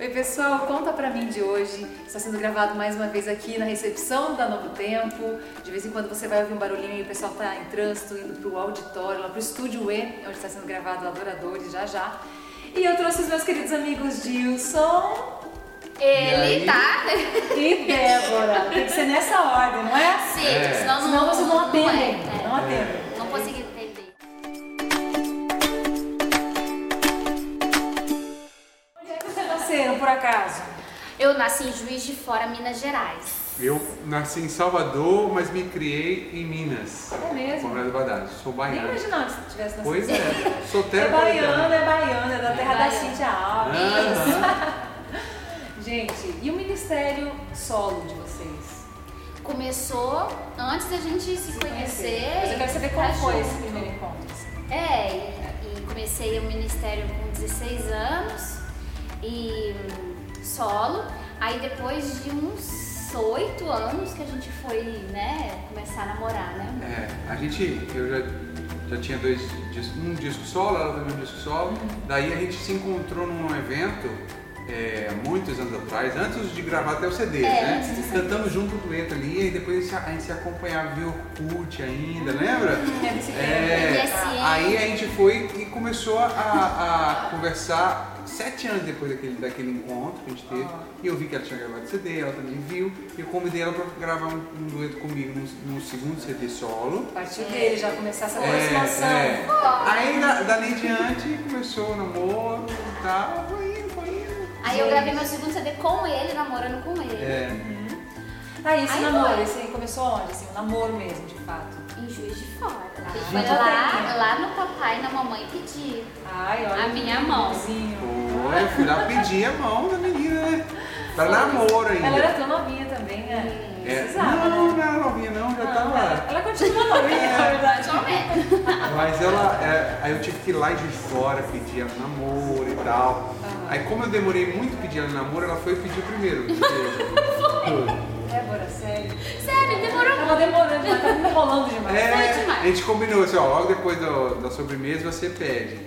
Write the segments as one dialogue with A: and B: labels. A: Oi pessoal, conta pra mim de hoje. Está sendo gravado mais uma vez aqui na recepção da Novo Tempo. De vez em quando você vai ouvir um barulhinho e o pessoal tá em trânsito, indo pro auditório, lá pro estúdio E, onde está sendo gravado o Adoradores, já já. E eu trouxe os meus queridos amigos Dilson
B: Ele
C: E aí?
B: tá.
A: e Débora. Tem que ser nessa ordem, não é?
B: Sim,
C: É.
B: assim, tipo, senão,
A: Senão vocês não atendem.
B: é,
A: Não atendem.
B: é. Não consegui entender.
A: Onde é que vocês nasceram, por acaso?
B: Eu nasci em Juiz de Fora, Minas Gerais.
C: Eu nasci em Salvador, mas me criei em Minas.
A: É mesmo?
C: Conrado Badalho, sou
A: Nem
C: baiano.
A: imaginava que você tivesse nascido.
C: Pois é, sou
A: É baiano,
C: terra
A: é baiano, é da terra da
B: baiano.
A: Cintia
C: Ah,
A: Alves. Gente, e o ministério solo de vocês?
B: Começou antes da gente se conhecer.
A: Mas eu quero saber
B: tá
A: como foi
B: junto.
A: esse primeiro encontro. assim.
B: É, e, e comecei o ministério com 16 anos e hum, solo. Aí depois de uns 8 anos que a gente foi, né, começar a namorar, né?
C: É, a gente, eu já, já tinha dois discos, um disco solo, ela também um disco solo. Daí a gente se encontrou num evento é, muitos anos atrás, antes de gravar até o CD, né?
B: antes do CD.
C: Cantamos junto com o Leto ali, e depois a gente se acompanhava via Orkut ainda, lembra?
A: Deve ser
C: É,
B: MSN.
C: aí a gente foi e começou a, a conversar sete anos depois daquele, daquele encontro que a gente teve.
A: Ah.
C: E eu vi que ela tinha gravado CD, ela também viu. E eu convidei ela pra gravar um, um dueto comigo num, num segundo CD solo.
A: A partir
B: É.
A: dele já começar essa
C: É,
A: aproximação.
C: é. Aí da, dali em diante começou o namoro e tal. Foi indo, foi indo.
B: Aí eu gravei meu segundo CD com ele, namorando com ele.
C: É,
A: Aí Ah, esse
B: Aí
A: namoro,
B: foi.
A: esse aí começou onde? Assim, o namoro mesmo, de fato.
B: Em Juiz de Fora.
A: Ah,
B: Foi
A: gente,
B: Tá. lá, lá no papai e na mamãe pedir.
A: Ai, olha.
B: A minha mão.
A: mãozinho.
C: foi, eu fui lá pedir a mão da menina, né? Pra namoro ainda.
A: Ela era tão novinha também, né?
C: É,
A: Precisava,
C: não,
A: né?
C: não era novinha não, já
A: Não,
C: tava lá.
A: ela, ela continua novinha, na verdade.
B: Somente.
C: Mas ela, é, aí eu tive que ir lá de fora pedir ela em namoro e tal.
B: Ah.
A: Aham.
C: Aí como eu demorei muito pedir ela em namoro, ela foi pedir primeiro. né? É, porque-
A: Débora, É, sério.
B: Sério, demorou
A: Tava demorando, demais, tava tá me enrolando demais.
B: Foi
C: é,
B: demais.
C: a gente combinou assim, ó, logo depois do- da sobremesa você pede.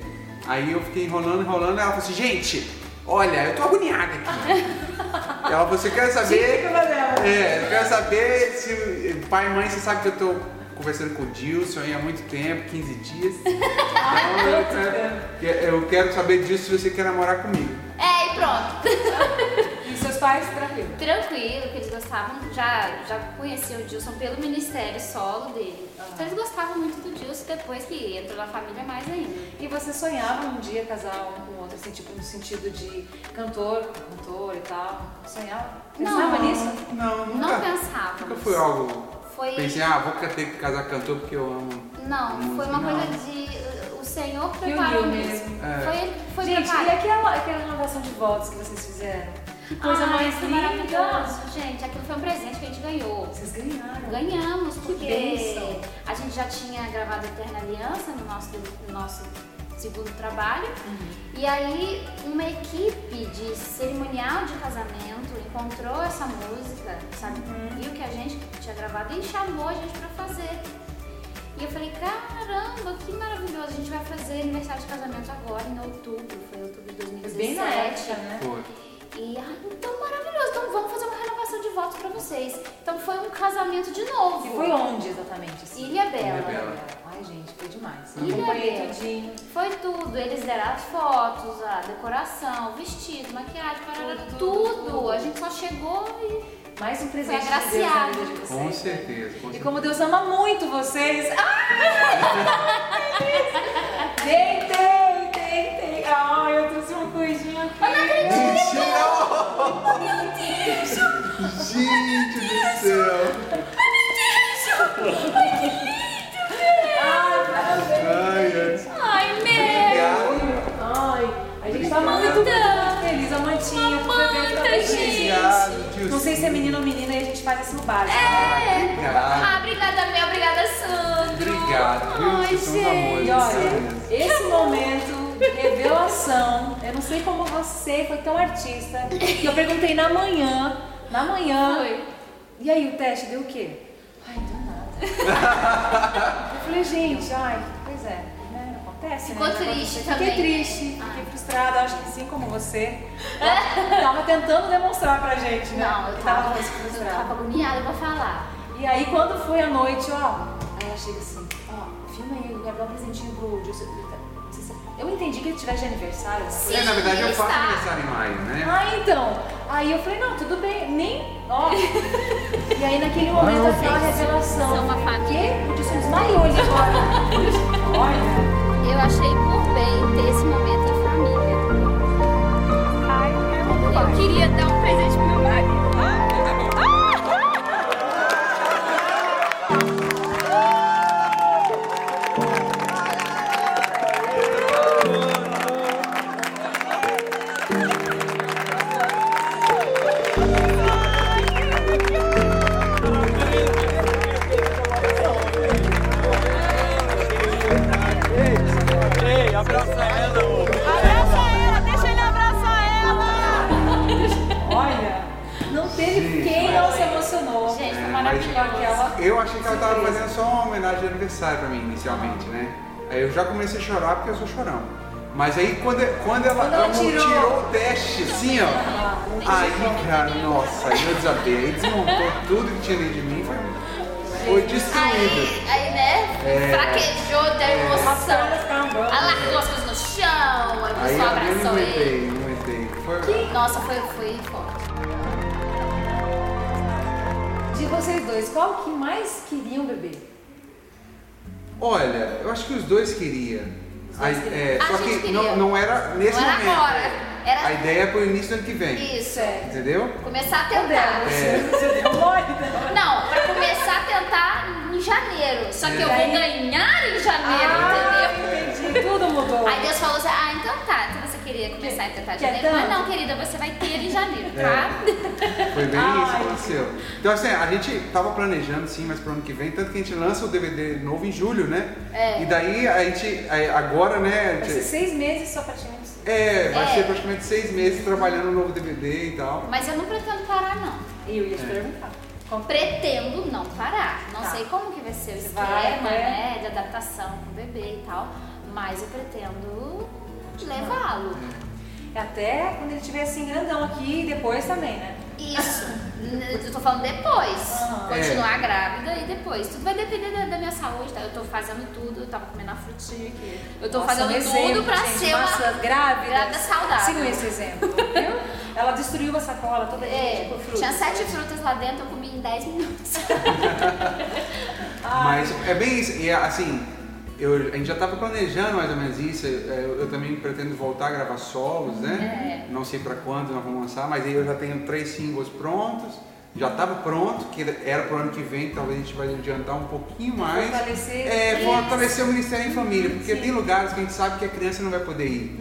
C: Aí eu fiquei enrolando, enrolando, ela falou assim, gente, olha, eu tô agoniada aqui. ela falou, você quer saber?
A: Típico da Débora.
C: É, eu quero saber se pai e mãe, você sabe que eu tô conversando com o Dilson aí há muito tempo, 15 dias.
A: Ah,
C: Então, eu, quero, eu quero saber disso se você quer namorar comigo.
B: É, e pronto.
A: E seus pais, tranquilo.
B: Tranquilo, que eles gostavam, já, já conheciam o Dilson pelo ministério solo dele. Então eles gostavam muito do Dilson depois que entrou na família mais ainda.
A: E você sonhava um dia casar um com o outro, assim, tipo, no sentido de cantor, cantor e tal? Sonhava? Pensava
B: Não.
A: nisso?
C: Não,
B: Não
C: nunca.
B: pensava.
C: Nunca foi algo.
B: Foi-
C: Pensei, ah, vou ter que casar cantor porque eu amo.
B: Não, foi uma
C: Não.
B: coisa de. O Senhor preparou
A: Uniu
B: mesmo.
A: mesmo.
C: É.
B: Foi ele que foi
A: Gente, e
B: preparado.
A: aquela, aquela renovação de votos que vocês fizeram? Que coisa
B: Ai,
A: mais
B: foi
A: linda!
B: Ah, é maravilhoso, gente. Aquilo foi um presente que a gente ganhou.
A: Vocês ganharam.
B: Ganhamos, porque
A: bênção.
B: a gente já tinha gravado Eterna Aliança no nosso, no nosso segundo trabalho.
A: Uhum.
B: E aí uma equipe de cerimonial de casamento encontrou essa música, sabe?
A: Uhum.
B: Viu que a gente tinha gravado e chamou a gente pra fazer. E eu falei, caramba, que maravilhoso, a gente vai fazer aniversário de casamento agora em outubro, foi outubro de
A: Foi
B: 2017.
A: bem na época, né?
C: Foi.
B: E ah, então maravilhoso, então vamos fazer uma renovação de votos pra vocês. Então foi um casamento de novo.
A: E foi onde exatamente? Assim?
B: Ilha Bela.
C: Ilha Bela.
A: Ai, gente, foi demais.
B: Ilha
A: Acompanhei
B: Bela.
A: tudinho.
B: Foi tudo, eles deram as fotos, a decoração, o vestido, maquiagem, parada,
A: Tudo,
B: tudo.
A: tudo.
B: A gente só chegou e.
A: Mais um presente de Deus na
B: agraciado.
A: vida de vocês.
C: Com
A: né?
C: certeza, com
A: E
C: certeza.
A: como Deus ama muito vocês. Ai! Deitei, deitei. Ai, eu trouxe uma coisinha aqui.
C: Gente do céu!
A: Ai, parabéns.
C: Ai, ai.
B: Ai,
A: É
B: meu!
C: Obrigado.
A: Ai, a gente tá
C: Obrigada.
A: muito, muito feliz. A mantinha, pro bebê tá
B: Mamanta,
A: muito
B: gente. É,
C: Obrigado,
A: feliz. Não sei se é menino ou menina e a gente faz isso no básico.
C: Obrigado.
B: Ah, obrigada, Mel, obrigada, Sandro.
C: Obrigado, viu?
B: Ai,
C: Vocês são uns amores.
A: E
B: gente.
A: olha, esse momento de revelação, eu não sei como você foi tão artista, que eu perguntei na manhã, na manhã,
B: Foi.
A: e aí o teste deu o quê? Ai, não deu nada. eu falei, gente, ai, pois é, né, acontece. acontece.
B: Ficou
A: né? Já
B: triste
A: aconteceu.
B: também,
A: Fiquei triste,
B: né?
A: fiquei frustrada, acho que assim como você. Ela Tava tentando demonstrar pra gente, né?
B: Não, eu
A: que
B: tava,
A: muito
B: eu tava agoniada pra falar.
A: E aí quando foi a noite, ó, aí ela chega assim, ó, filma aí, eu quero dar um presentinho pro Gilson. Eu entendi que ele tivesse de aniversário. alguma coisa.
B: Sim,
C: é, na verdade eu
B: ele
C: faço
B: está.
C: aniversário em maio, né?
A: Ah, então. Aí eu falei, não, tudo bem, nem. Ó. e aí naquele momento
C: Não,
A: aquela
B: vocês
A: revelação.
B: são uma família.
A: Quê? O Gilson desmaiou ali agora. Olha.
B: Eu achei por bem ter esse momento em família. Eu queria dar um presente pro meu marido.
D: Ei, abraça ela, ô.
A: Olha, não teve
C: Gente, É,
A: quem não se emocionou. com
B: Gente, foi
A: aquela.
B: maravilhoso.
C: Eu achei que ela tava fazendo só uma homenagem de aniversário pra mim inicialmente, né? Aí eu já comecei a chorar porque eu sou chorão. Mas aí quando, quando ela,
A: Quando ela tirou.
C: o teste, assim, ó.
B: Ah,
C: Aí, cara, nossa, aí eu desabei. Aí desmontou tudo que tinha dentro de mim. Foi, foi destruído.
B: Aí, aí né?
C: É.
B: Fraquejou da
A: As pernas
B: emoção.
A: ficaram bambas.
B: Ela largou as coisas no chão, aí começou a
C: Aí eu nem
B: abraçar ele.
C: aguentei, não aguentei. Foi,
B: Nossa, foi, foi forte.
A: De vocês dois, qual que mais queriam beber?
C: Olha, eu acho que os dois queriam. A, é,
B: A
C: só
B: gente
C: que
B: queria.
C: não, não era nesse
B: Não era
C: momento.
B: agora, era-
C: A ideia é pro início do ano que vem.
B: Isso. é.
A: Certo.
C: Entendeu?
B: Começar a
A: Eu
B: tentar.
A: dela.
C: É.
A: Você deu mole dela.
B: Não, pra começar a tentar em janeiro. Só que eu
A: Daí-
B: vou ganhar em janeiro,
A: Ah,
B: entendeu?
A: entendi. Tudo mudou.
B: Aí Deus falou assim, ah, então tá, então você queria começar a tentar em
A: Que é
B: janeiro. Mas
A: tanto?
B: não, querida, você vai ter em janeiro,
C: É.
B: tá?
C: Foi bem
A: Ai.
C: isso que aconteceu. Então assim, a gente tava planejando sim, mas pro ano que vem, tanto que a gente lança o DVD novo em julho, né?
B: É.
C: E daí a gente, aí agora, né? a
A: Esses
C: gente-
A: seis meses só praticamente. isso.
C: é, vai
B: É.
C: ser praticamente seis meses trabalhando no novo DVD e tal.
B: Mas eu não pretendo parar, não.
A: E eu ia te perguntar. Qual-
B: Pretendo não parar. Não
A: Tá.
B: sei como que vai ser o esquema,
A: Vai, né?
B: né, de adaptação com o bebê e tal. Mas eu pretendo levá-lo.
A: Até quando ele estiver assim grandão aqui e depois também, né?
B: Isso. N- Eu tô falando depois.
A: Aham.
B: Continuar grávida e depois. Tudo vai depender da, da minha saúde, tá? Eu tô fazendo tudo, eu tava comendo a frutinha aqui. Eu tô
A: Nossa,
B: fazendo
A: um
B: tudo
A: exemplo,
B: pra
A: gente,
B: ser uma
A: maçãs grávidas.
B: grávida saudável.
A: Sigam esse exemplo, viu? Ela destruiu a sacola toda
B: É,
A: tipo, fruta.
B: tinha sete frutas lá dentro, eu comi em 10 minutos.
C: Mas é bem isso. E assim, eu, a gente já estava planejando mais ou menos isso. é, Eu, eu também pretendo voltar a gravar solos, né?
A: É.
C: Não sei para quando nós vamos lançar, mas aí eu já tenho três singles prontos. Já estava pronto, que era pro ano que vem, talvez a gente vai adiantar um pouquinho mais.
A: Fortalecer.
C: É,
A: Isso.
C: fortalecer o Ministério em Família, porque
A: Sim. Uhum.
C: tem lugares que a gente sabe que a criança não vai poder ir.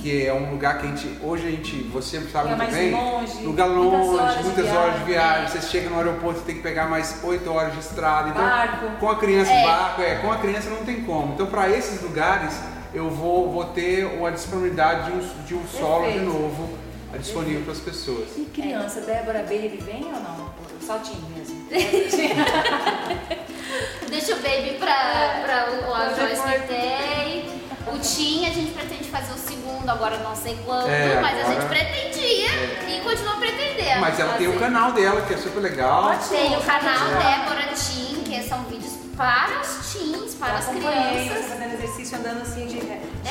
C: Que é um lugar que a gente, hoje a gente, você sabe
A: Lugar mais
C: muito bem,
A: longe,
C: lugar longe,
A: muitas
C: muitas
A: horas
C: horas
A: de
C: de
A: viagem.
C: viagem, você chega no aeroporto, você tem que pegar mais 8 horas de estrada. Então,
A: Barco.
C: com a criança
B: É.
C: em barco, é, com a criança não tem como. Então, para esses lugares, eu vou, vou ter a disponibilidade de um, de um solo de
A: Perfeito.
C: novo ah, disponível para as pessoas.
A: E criança, Débora Baby vem ou não? Saltinho mesmo.
B: Deixa o baby pra, pra o, o
A: Pra
B: Joyce
A: depois.
B: que tem. O Tim, a gente pretende fazer o segundo, agora não sei quando,
C: É,
B: mas a gente
C: agora-
B: pretendia e
A: é
B: continua pretendendo.
C: Mas ela tem o É.
B: fazer.
C: canal dela, que é super legal.
B: Tem o canal Débora Tim, que são vídeos para os teens, para as
A: Acompanhei você
B: crianças.
A: tá fazendo exercício andando assim de ré.
B: É,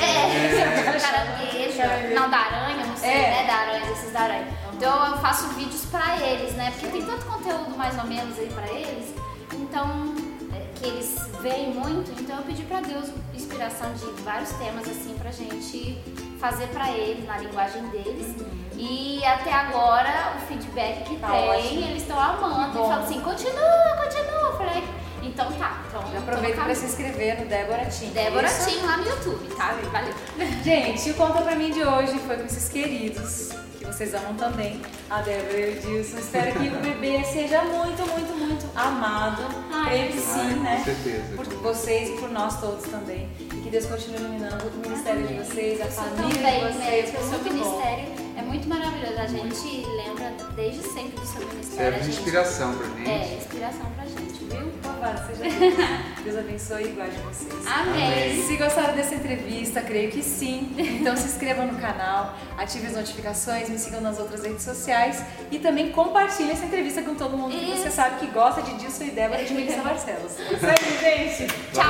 B: caranguejo, não, da aranha, não sei,
A: É.
B: né, da aranha, esses da aranha. Então eu faço vídeos pra eles, né, porque tem tanto conteúdo mais ou menos aí pra eles, então, é, que eles veem muito, então eu pedi pra Deus inspiração de vários temas, assim, pra gente fazer pra eles, na linguagem deles. E até agora, o feedback que
A: Uhum. Tá
B: tem,
A: ótimo.
B: eles estão amando,
A: Bom.
B: e falam assim, continua, continua, eu falei, então tá, então eu tô no
A: Aproveita para
B: caminho.
A: se inscrever no Débora Tim.
B: Débora
A: Isso.
B: Tim lá no YouTube, tá? Valeu.
A: Gente, o Conta Pra Mim de hoje foi com esses queridos, que vocês amam também, a Débora e o Dilson. Espero que o bebê seja muito, muito, muito amado.
B: Ai,
A: Creio que
C: Ai,
A: sim,
C: Ah, com
A: né?
C: certeza.
A: Por vocês e por nós todos também. E que Deus continue iluminando o ministério de vocês, a
B: Isso
A: família de
B: também,
A: vocês.
B: né?
A: Foi
B: Porque o
A: muito bom.
B: ministério é muito maravilhoso. A gente lembra desde sempre do seu ministério.
A: é,
C: Serve
B: a
C: de
B: gente-
C: é inspiração pra gente.
B: É, inspiração pra gente, viu?
A: Louvado seja Deus. Deus abençoe e guarde vocês.
B: Amém.
A: E Se gostaram dessa entrevista, creio que sim. Então se inscrevam no canal, ativem as notificações, me sigam nas outras redes sociais e também compartilhem essa entrevista com todo mundo que você
B: Isso.
A: sabe que gosta de Dilson e Débora de Melissa Barcelos. É isso aí, gente!
B: Tchau,